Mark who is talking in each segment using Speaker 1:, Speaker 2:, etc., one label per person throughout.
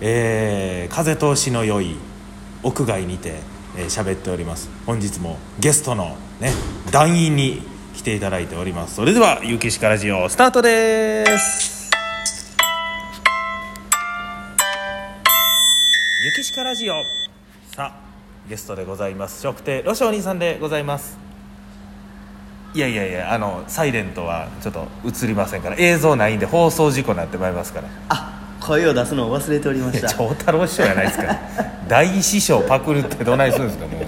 Speaker 1: えー風通しの良い屋外にてえー喋っております本日もゲストのね団員に来ていただいておりますそれでは「ゆうきしかラジオ」スタートです「ゆきしかラジオ」さあゲストでございます食亭ロシお兄さんでございますいやいやいやあのサイレントはちょっと映りませんから映像ないんで放送事故になってまいりますから
Speaker 2: あ声を出すのを忘れておりま
Speaker 1: い
Speaker 2: し
Speaker 1: や
Speaker 2: た
Speaker 1: 長太郎師匠じゃないです か大師匠パクるってどないするんですかもう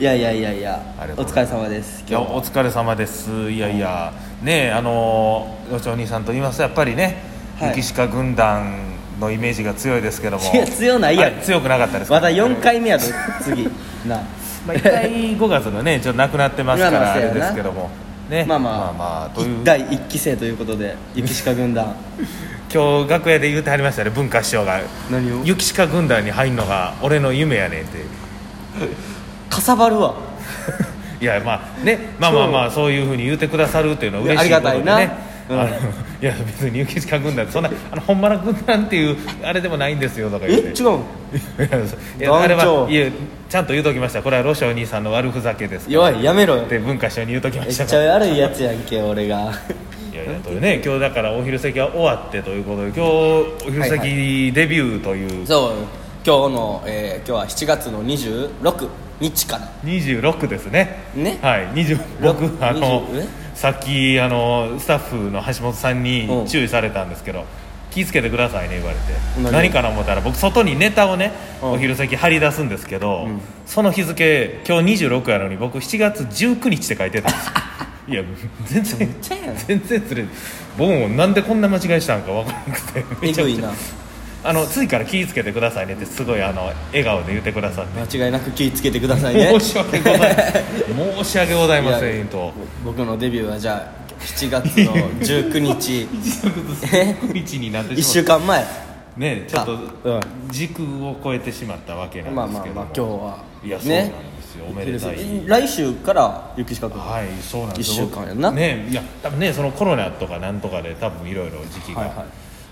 Speaker 2: いやいやいやいや
Speaker 1: ありがと
Speaker 2: お
Speaker 1: う
Speaker 2: 疲
Speaker 1: ござい
Speaker 2: れ様です
Speaker 1: いや
Speaker 2: 今日
Speaker 1: お疲れ様ですいやいやねえあのー後お兄さんと言いますとやっぱりね、
Speaker 2: はい
Speaker 1: 雪鹿軍団のイメージが強いですけども
Speaker 2: いや強ないやん
Speaker 1: あれ強くなかったですか
Speaker 2: まだ4回目やと次な
Speaker 1: まあ、1回5月のねちょっとなくなってますか
Speaker 2: なく
Speaker 1: ら
Speaker 2: なっ
Speaker 1: あ
Speaker 2: てた
Speaker 1: れ
Speaker 2: よな
Speaker 1: ですけどもね
Speaker 2: まあまあ、
Speaker 1: まあま あという
Speaker 2: 一第一期生ということで雪鹿軍 団
Speaker 1: 今日楽屋で言うてはりましたね文化師匠が
Speaker 2: 何
Speaker 1: 「雪鹿軍団に入んのが俺の夢やねん」って
Speaker 2: かさばるわ
Speaker 1: いやまあねまあまあまあそういうふうに言うてくださるっていうのは嬉しい
Speaker 2: いや
Speaker 1: こ
Speaker 2: あ
Speaker 1: と
Speaker 2: り
Speaker 1: でね
Speaker 2: がたいな
Speaker 1: あのいや別に雪鹿軍団ってそんなあの本間の軍団っていうあれでもないんですよとか
Speaker 2: え
Speaker 1: 言っ
Speaker 2: 違
Speaker 1: て
Speaker 2: うの
Speaker 1: いや いや
Speaker 2: 団長
Speaker 1: あれはいやちゃんと言うときましたこれはロシアお兄さんの悪ふざけ ですから
Speaker 2: 弱いやめろよ
Speaker 1: って文化省に言うときま
Speaker 2: めっ
Speaker 1: した
Speaker 2: ちゃ悪いやつやんけ俺 が
Speaker 1: いやいやというね今日だからお昼席は終わってということで今日お昼席デビューという
Speaker 2: そう今日の、えー今日は7月の26日かな
Speaker 1: 26ですね
Speaker 2: ね
Speaker 1: はい20僕
Speaker 2: ろく
Speaker 1: あの
Speaker 2: 20え
Speaker 1: さっきあのスタッフの橋本さん
Speaker 2: う
Speaker 1: に
Speaker 2: ん
Speaker 1: 注意されたんですけど気ぃつけてくださいね言われて
Speaker 2: 何
Speaker 1: 何かな思ったら僕外にネタをね
Speaker 2: うん
Speaker 1: お昼席張り出すんですけどその日付今日26やのに僕7月19日って書いてた んですよいや全然
Speaker 2: ちゃやん
Speaker 1: 全然ずれ僕もなんでこんな間違いしたんか分からなくてめ
Speaker 2: え
Speaker 1: ちゃ
Speaker 2: ぐ
Speaker 1: く
Speaker 2: い
Speaker 1: ちゃ
Speaker 2: な
Speaker 1: あの次から気ぃつけてくださいねってすごいあの笑顔で言ってくださって
Speaker 2: 間違いなく気ぃつけてくださいね
Speaker 1: 申し訳ございません申し訳ございませんと
Speaker 2: 僕のデビューはじゃあ7月の19日
Speaker 1: 一になって
Speaker 2: 1
Speaker 1: し
Speaker 2: 週
Speaker 1: まっ
Speaker 2: 間前
Speaker 1: たねちょっと
Speaker 2: あ
Speaker 1: 軸を超えてしまったわけなん
Speaker 2: まあ
Speaker 1: で
Speaker 2: ますあ
Speaker 1: けど
Speaker 2: まあ
Speaker 1: も
Speaker 2: 今日はい
Speaker 1: やそうなんですよおめでたい
Speaker 2: 来週から雪下君
Speaker 1: はいそうなんです
Speaker 2: 一週間やんな
Speaker 1: ねいや多分ねそのコロナとかなんとかで多分いろいろ時期が、
Speaker 2: はいはい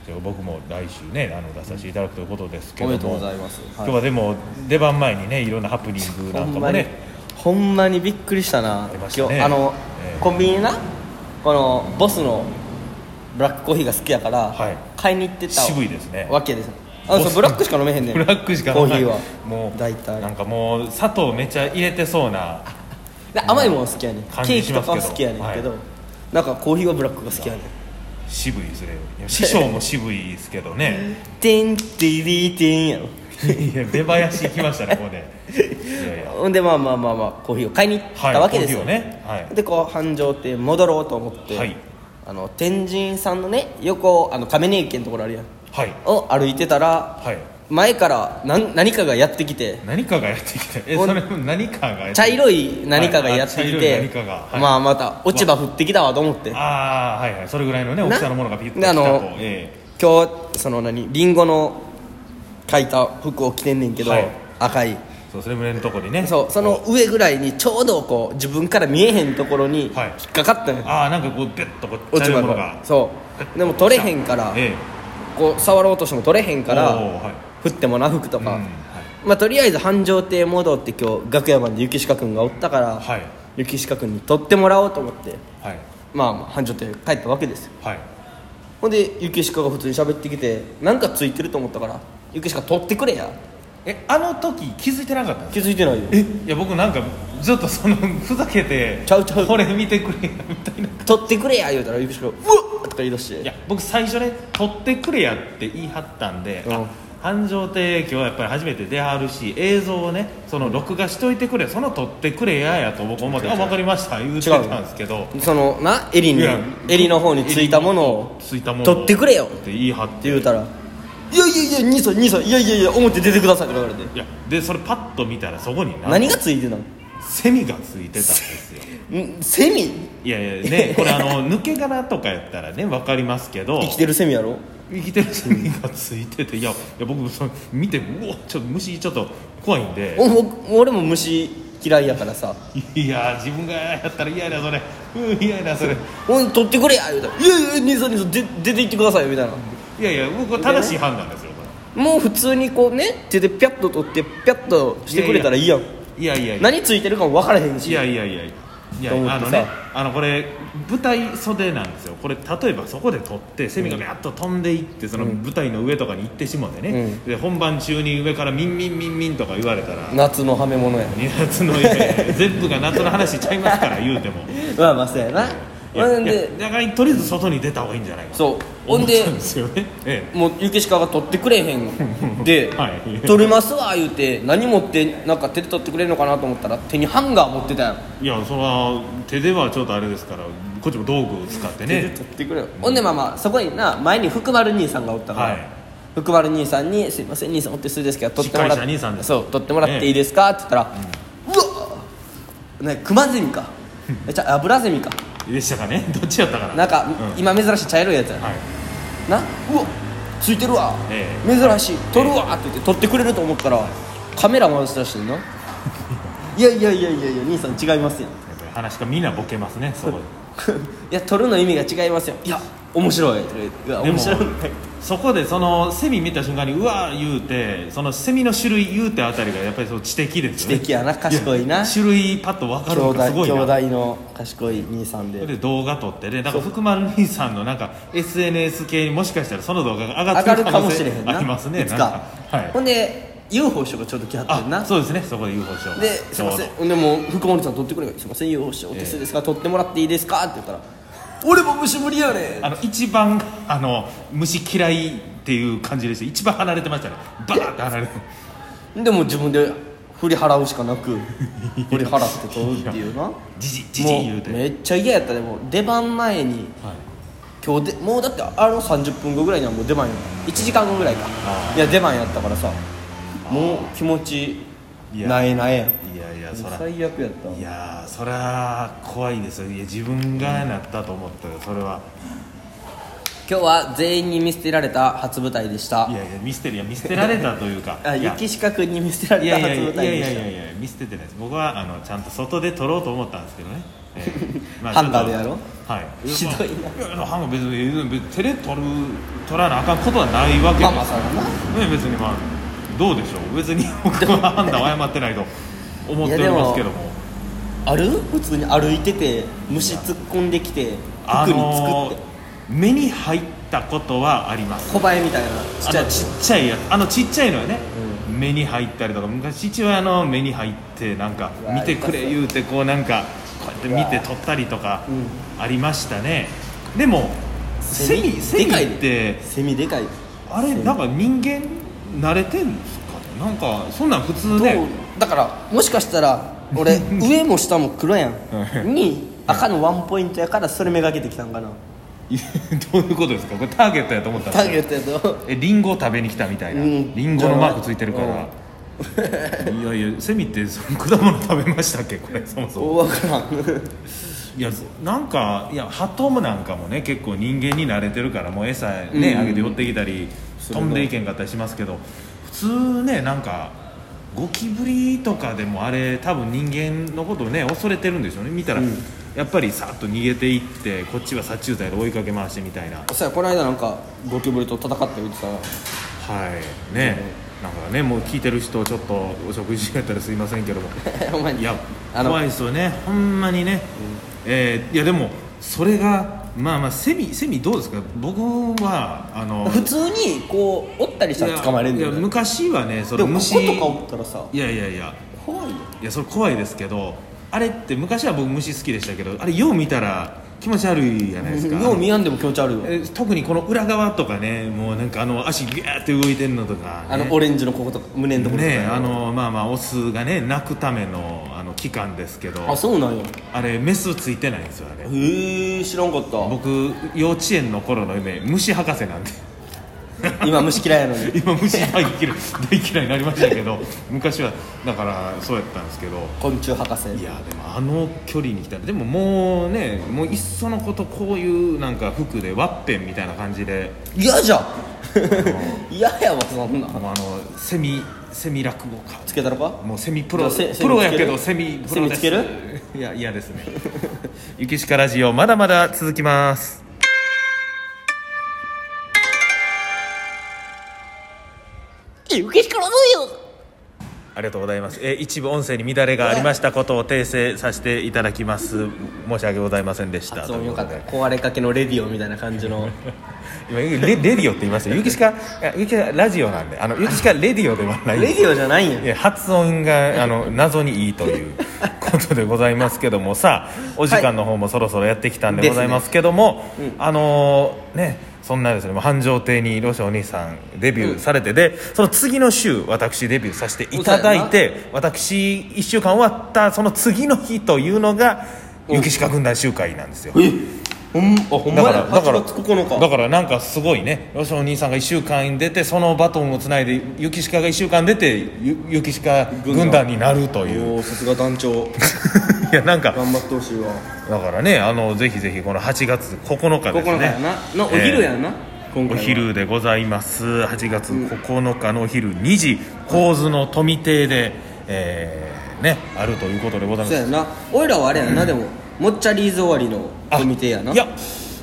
Speaker 1: じゃあ僕も来週ねあの出させていただくということですけ
Speaker 2: おめ
Speaker 1: ども
Speaker 2: でとうございます
Speaker 1: 今日はでも出番前にねいろんなハプニング
Speaker 2: ほ
Speaker 1: なんか
Speaker 2: ん
Speaker 1: も
Speaker 2: まに
Speaker 1: ね
Speaker 2: ほんまにびっくりしたな
Speaker 1: りました
Speaker 2: 今
Speaker 1: ね
Speaker 2: 日あの
Speaker 1: ええ
Speaker 2: コンビニなこのボスのブラックコーヒーが好きやから
Speaker 1: はい
Speaker 2: 買いに行ってた
Speaker 1: 渋いですね
Speaker 2: わけですあ
Speaker 1: ボ
Speaker 2: そう
Speaker 1: ス
Speaker 2: ブラックしか飲めへんねん
Speaker 1: ブラックしか
Speaker 2: コーヒーは
Speaker 1: もう
Speaker 2: 大体
Speaker 1: なんかもう砂糖めちゃ入れてそうな
Speaker 2: で甘いもの好きやねんケ
Speaker 1: 感じ
Speaker 2: ー
Speaker 1: し
Speaker 2: キ
Speaker 1: ま
Speaker 2: とか
Speaker 1: すけど
Speaker 2: は好きやねんけど、
Speaker 1: はい
Speaker 2: なんかコーヒーはブラックが好きやねん
Speaker 1: 渋いですねいや師匠も渋いですけどね
Speaker 2: テンティリーテンやろ
Speaker 1: いや出囃子きましたねここでいやいや
Speaker 2: ほんでまあまあまあまあコーヒーを買いに行ったわけですよ、
Speaker 1: はいコーヒーをねはい
Speaker 2: でこう繁盛って戻ろうと思って、
Speaker 1: はい
Speaker 2: あの天神さんのね横あの亀根駅のところあるやん
Speaker 1: はい
Speaker 2: を歩いてたら
Speaker 1: はい
Speaker 2: 前から何何かがやってきて
Speaker 1: 何かがやってきてえ
Speaker 2: ほん
Speaker 1: それも何かがやってきて
Speaker 2: 茶色い何かがやってき
Speaker 1: はいあ茶色い何
Speaker 2: て、
Speaker 1: かがはい
Speaker 2: まあまた落ち葉降ってきたわと思って今
Speaker 1: ああはいはいそれぐらいのね大きさのものがピッとき
Speaker 2: な
Speaker 1: たと
Speaker 2: あの
Speaker 1: え
Speaker 2: 日その何リンゴの書いた服を着てんねんけど、
Speaker 1: はい
Speaker 2: 赤い
Speaker 1: えそうそれぐらいのとこにね
Speaker 2: そうその上ぐらいにちょうどこう自分から見えへんところに引っ
Speaker 1: はい
Speaker 2: かかったのよ、
Speaker 1: ああなんかこうベッとこう
Speaker 2: 落
Speaker 1: 茶
Speaker 2: ち
Speaker 1: 色
Speaker 2: 葉
Speaker 1: いもの
Speaker 2: が
Speaker 1: が
Speaker 2: そうでも取れへんから、
Speaker 1: ええ
Speaker 2: こう触ろうとしても取れへんから、
Speaker 1: おーはい
Speaker 2: 降ってもな服と
Speaker 1: うん
Speaker 2: か、
Speaker 1: はい
Speaker 2: まあとりあえず繁盛亭戻って今日楽屋まで雪鹿君がおったから、
Speaker 1: はい
Speaker 2: 雪鹿君に取ってもらおうと思って
Speaker 1: はい
Speaker 2: まあまあ繁盛亭帰ったわけですよ
Speaker 1: はい
Speaker 2: ほんで雪鹿が普通に喋ってきてなんかついてると思ったから雪鹿取ってくれや
Speaker 1: えあの時気づいてなかったんですか
Speaker 2: 気づいてないよ
Speaker 1: えいや僕なんかずっとその ふざけて
Speaker 2: ちゃうちゃう
Speaker 1: これ見てくれやみたいな
Speaker 2: 取ってくれや言うたら雪鹿が「うわっ!」とか言い出して
Speaker 1: いや僕最初ね取ってくれやって言い張ったんで、
Speaker 2: うん
Speaker 1: あ繁盛亭今日はやっぱり初めて出はるし映像をねその録画しといてくれその撮ってくれややと僕思って「あ分かりました」言うてたんですけど
Speaker 2: そのな襟
Speaker 1: い
Speaker 2: に
Speaker 1: や
Speaker 2: 襟の方についたものを
Speaker 1: ついたもの
Speaker 2: 取ってくれよっ
Speaker 1: って言い張って
Speaker 2: て言うたら「いやいやいや兄さん兄さんいやいやいや表出てください」とか言われて
Speaker 1: いやでそれパッと見たらそこにな
Speaker 2: 何がついてたの
Speaker 1: セミがついてたんですよ
Speaker 2: んセミ
Speaker 1: いやいやねこれあの抜け殻とかやったらね分かりますけど
Speaker 2: 生きてるセミやろ
Speaker 1: 生きてるセミがついてていやいや僕その見てうおちょっと虫ちょっと怖いんで
Speaker 2: おお俺も虫嫌いやからさ
Speaker 1: いや自分がやったら嫌やなそれうん嫌やなそれ
Speaker 2: 「おい取ってくれや」言うたら「いやいや兄さん兄さんで出て行ってください」みたいない
Speaker 1: やいや僕は正しい判断ですよこ
Speaker 2: もう普通にこうね手でピャッと取ってピャッとしてくれたらいいやん
Speaker 1: いやいやいや
Speaker 2: 何ついてるかも分からへんし
Speaker 1: いやいやいやいや
Speaker 2: と思
Speaker 1: あ
Speaker 2: って
Speaker 1: の
Speaker 2: さ
Speaker 1: ねあのこれ舞台袖なんですよこれ例えばそこで撮ってセミがビャッと飛んでいってその舞台の上とかに行ってしまってね、
Speaker 2: うん
Speaker 1: で本番中に上からミンミンミンミンとか言われたら
Speaker 2: 夏のはめ物や
Speaker 1: 2月の夢全部が夏の話しちゃいますから言うても
Speaker 2: ま あまあそうやない
Speaker 1: や
Speaker 2: ほん
Speaker 1: いや
Speaker 2: で
Speaker 1: だからとりあえず外に出た方がいいんじゃないか
Speaker 2: そうほ
Speaker 1: 思
Speaker 2: ん
Speaker 1: った
Speaker 2: で
Speaker 1: んですよね、え
Speaker 2: もう雪しかが取ってくれへん で、
Speaker 1: はい
Speaker 2: 取れますわ言うて何持ってなんか手で取ってくれるのかなと思ったら手にハンガー持ってたやん
Speaker 1: え、いやそれは手ではちょっとあれですからこっちも道具を使って
Speaker 2: 手で
Speaker 1: ね
Speaker 2: 取ってくれよ、ほんでまあまあそこにな前に福丸兄さんがおったから、
Speaker 1: はい
Speaker 2: 福丸兄さんに「すいません兄さんお手数ですけど取ってもら
Speaker 1: しっかりした兄さんで
Speaker 2: っ
Speaker 1: す
Speaker 2: そう取ってもらっていいですか?」って言ったら「うわっねクマゼミ かえじゃあ油ゼミか
Speaker 1: でしたかねどっちやったかな
Speaker 2: なんか、
Speaker 1: うん
Speaker 2: 今珍しい茶色いやつやな、
Speaker 1: はい
Speaker 2: なうわついてるわ、
Speaker 1: え
Speaker 2: 珍しい撮るわって言って撮ってくれると思ったらカメラ回してらしてん ないやいやいやいやいや兄さん 違いますよ
Speaker 1: やっぱり話がみんなボケますね そこで
Speaker 2: いや撮るの意味が違いますよいや面白いとか言っていや
Speaker 1: でも
Speaker 2: 面白い
Speaker 1: そこでそのセミ見た瞬間にうわー言うてそのセミの種類言うてあたりがやっぱりその知的ですよね
Speaker 2: 知的やな賢いな
Speaker 1: や種類パッと分か
Speaker 2: 兄
Speaker 1: るのが
Speaker 2: 弟
Speaker 1: すごい
Speaker 2: 兄
Speaker 1: な
Speaker 2: 弟の賢い兄さんで
Speaker 1: で動画撮ってねだから福丸兄さんのなんか SNS 系にもしかしたらその動画が上がって
Speaker 2: 上がるかもしれへんな
Speaker 1: ありますね
Speaker 2: いつか
Speaker 1: なんはい
Speaker 2: ほんで UFO 賞がちょうど来はってんな
Speaker 1: あそうですねそこで UFO 賞
Speaker 2: で「すいませんほんでもう福森さん撮ってくればいいすいません UFO 賞お手数ですから撮ってもらっていいですか?」って言ったら「俺も虫ぶりやねん
Speaker 1: あの一番あの虫嫌いっていう感じでした一番離れてましたねバーって離れて
Speaker 2: でも自分で振り払うしかなく振り払って取るっていうなも
Speaker 1: じじじじ言う
Speaker 2: う
Speaker 1: て
Speaker 2: めっちゃ嫌やったでもう出番前に
Speaker 1: はい
Speaker 2: 今日でもうだってあの30分後ぐらいにはもう出番や1時間後ぐらいか
Speaker 1: あ
Speaker 2: いや出番やったからさもう気持ち
Speaker 1: いや
Speaker 2: ないないやん
Speaker 1: いやいやそら
Speaker 2: 最悪やった
Speaker 1: いやーそりゃ怖いですよいや自分がなったと思ったよそれは
Speaker 2: 今日は全員に見捨てられた初舞台でした
Speaker 1: いやいや見捨てるいや見捨てられたというか
Speaker 2: あ
Speaker 1: いや
Speaker 2: 雪四角に見捨てら
Speaker 1: い
Speaker 2: れた
Speaker 1: やい
Speaker 2: 初
Speaker 1: やいや
Speaker 2: 舞
Speaker 1: いや
Speaker 2: 台
Speaker 1: い
Speaker 2: で
Speaker 1: やい
Speaker 2: し
Speaker 1: やいや見捨ててないです僕はあのちゃんと外で撮ろうと思ったんですけ どね、ええ
Speaker 2: ハンガーでやろう
Speaker 1: はい
Speaker 2: ひどいな
Speaker 1: ややハンガー別に別に手で撮る撮らなあかんことはない
Speaker 2: た
Speaker 1: わけです
Speaker 2: ママさんがな
Speaker 1: ね別にまあどうでしょう別に僕は判断を誤ってないと思っておりますけども
Speaker 2: ある普通に歩いてて虫突っ込んできて服に
Speaker 1: あの
Speaker 2: 作
Speaker 1: ー
Speaker 2: って
Speaker 1: 目に入ったことはあります
Speaker 2: 小映えみたいなちっ
Speaker 1: あ
Speaker 2: ちゃい
Speaker 1: のちっちゃいやつあのちっちゃいのよね、目に入ったりとか昔父親の目に入ってなんか
Speaker 2: うわ
Speaker 1: 見てくれ
Speaker 2: 痛そう
Speaker 1: 言うてこうなんかこうやって見て撮ったりとかありましたね、でもセミセミ
Speaker 2: でかい
Speaker 1: って
Speaker 2: セミでかい
Speaker 1: あれなんか人間慣れてるんですかねなんかそんなん普通
Speaker 2: どう
Speaker 1: ね
Speaker 2: だからもしかしたら俺上も下も黒や
Speaker 1: うん
Speaker 2: に赤のワンポイントやからそれめがけてきたんかない
Speaker 1: や どういうことですかこれターゲットやと思ったん
Speaker 2: ターゲ
Speaker 1: で
Speaker 2: ッ
Speaker 1: す
Speaker 2: トやと
Speaker 1: えリンゴ食べに来たみたいな、
Speaker 2: うん
Speaker 1: リンゴのマークついてるから、いやいやセミってその果物食べましたっけこれそもそも
Speaker 2: 大分からん
Speaker 1: いやなんかいやハトムなんかもね結構人間に慣れてるからもう餌ね、
Speaker 2: うん
Speaker 1: あげて寄ってきたり
Speaker 2: そう
Speaker 1: 飛んでいけんかったりしますけど普通ねなんかゴキブリとかでもあれ多分人間のことをね恐れてるんでしょうね見たら、やっぱりさっと逃げていってこっちは殺虫剤で追いかけ回してみたいなは
Speaker 2: そうやこの間なんかゴキブリと戦って言ってたら
Speaker 1: いね、なんかねもう聞いてる人ちょっとお食事やったらすいませんけども
Speaker 2: お前
Speaker 1: いや
Speaker 2: あの
Speaker 1: 怖いですよねほんまにね、えーいやでもそれがまあまあセミセミどうですか僕はあの
Speaker 2: 普通にこう折ったりしたら捕まえれるんだよ
Speaker 1: いや
Speaker 2: ね
Speaker 1: 昔はねそ
Speaker 2: で
Speaker 1: の
Speaker 2: もこ
Speaker 1: 虫
Speaker 2: ことか折ったらさ
Speaker 1: いやいやいや
Speaker 2: 怖いよ
Speaker 1: いやそれ怖いですけどあれって昔は僕虫好きでしたけどあれよう見たら気持ち悪いじゃないですか
Speaker 2: よう見やんでも気持ち悪いよ
Speaker 1: えー特にこの裏側とかねもうなんかあの足ギャーって動いてるのとかね、
Speaker 2: あのオレンジのこことか胸のところとか
Speaker 1: ねあのまあまあオスがね鳴くためのあの器官ですけど
Speaker 2: あそうなんや
Speaker 1: あれメスついてないんですよあれ
Speaker 2: へえ知らんかった
Speaker 1: 僕幼稚園の頃の夢虫博士なんで
Speaker 2: 今虫嫌いやのに
Speaker 1: 今虫大嫌い大嫌いになりましたけど昔はだからそうやったんですけど
Speaker 2: 昆虫博士
Speaker 1: いやでもあの距離に来たらでももうねもういっそのことこういうなんか服でワッペンみたいな感じで
Speaker 2: 嫌じゃん 嫌やわそんな
Speaker 1: もうあのセミセミ落語家
Speaker 2: つけたのか
Speaker 1: もうセミプロ
Speaker 2: じゃあセ
Speaker 1: プロやけどセ
Speaker 2: セ
Speaker 1: ミ
Speaker 2: ミ
Speaker 1: プロです
Speaker 2: セミつける
Speaker 1: いや嫌ですねゆきしかラジオまだまだ続きます
Speaker 2: して受けからそうよ
Speaker 1: ありがとうございます。えー一部音声に乱れがありましたことを訂正させていただきます。申し訳ございませんでした。
Speaker 2: 発音よかっ
Speaker 1: と
Speaker 2: た
Speaker 1: いうこ
Speaker 2: 壊れかけのレディオみたいな感じ の
Speaker 1: とで今レレディオって言いました。ゆきしかいやゆきしかラジオなんで、あのゆきしかレディオではないんで
Speaker 2: レ
Speaker 1: す。
Speaker 2: ディオじゃないん
Speaker 1: い
Speaker 2: や
Speaker 1: や発音があの謎にいいという ことでございますけどもさあお時間の方もそろそろやってきたんでございますけども、あのーねそんなですねもう繁盛亭にロシお兄さんデビューされて、でその次の週私デビューさせていただいて私1週間終わったその次の日というのが雪鹿軍団集会なんですよ。
Speaker 2: えほんあほん
Speaker 1: だ
Speaker 2: ま
Speaker 1: か
Speaker 2: や
Speaker 1: らだから
Speaker 2: 8月9日
Speaker 1: だからなんかすごいねロシお兄さんが1週間に出てそのバトンをつないで雪鹿が1週間出てゆ雪鹿軍団になるという
Speaker 2: おーさすが団 長
Speaker 1: いやなんか
Speaker 2: 頑張ってほしいわ
Speaker 1: だからねあのぜひぜひこの8月9日です
Speaker 2: 9日や
Speaker 1: ね
Speaker 2: なのお昼やな、今
Speaker 1: お
Speaker 2: 回は
Speaker 1: 昼でございます8月9日のお昼2時構図の富亭で、えーねあるということでございま
Speaker 2: そう
Speaker 1: す
Speaker 2: やな俺らはあれやな、でももっちゃリーズ終わりのコミテやない
Speaker 1: や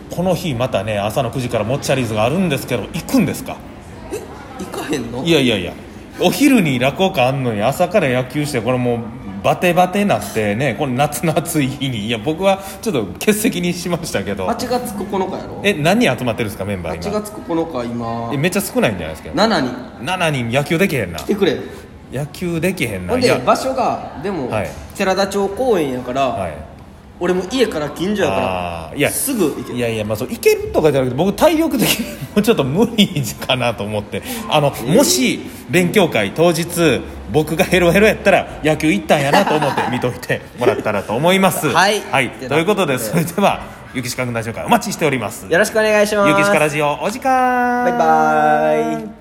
Speaker 1: この日またね朝の9時からモッチャリーズがあるんですけど行くんですか
Speaker 2: 行かへんの
Speaker 1: いやいやいやお昼に落語会あんのに朝から野球してこれもうバテバテなってねこの夏の暑い日にいや僕はちょっと欠席にしましたけど
Speaker 2: 8月9日やろ
Speaker 1: え何人集まってるんですかメンバー
Speaker 2: 8
Speaker 1: 今
Speaker 2: 月9日今
Speaker 1: えめっちゃ少ないんじゃないですか
Speaker 2: 7人
Speaker 1: 7人野球できへんな
Speaker 2: 来てくれ
Speaker 1: 野球できへんな
Speaker 2: ほん
Speaker 1: い
Speaker 2: で
Speaker 1: や
Speaker 2: 場所がでも、
Speaker 1: はい
Speaker 2: 寺田町公園やから、
Speaker 1: はい
Speaker 2: 俺も家から近所やか
Speaker 1: あー
Speaker 2: ら
Speaker 1: いや
Speaker 2: すぐ行け
Speaker 1: いやいやまあそういけるとかじゃなくて僕体力的にもちょっと無理かなと思ってあのもし勉強会当日僕がヘロヘロやったら野球行ったんやなと思って見といてもらったらと思います
Speaker 2: はい
Speaker 1: ということでそれではゆきしか軍団紹介お待ちしておりますゆ
Speaker 2: よろしくお願いします
Speaker 1: きしかラジオお時間
Speaker 2: バイバーイ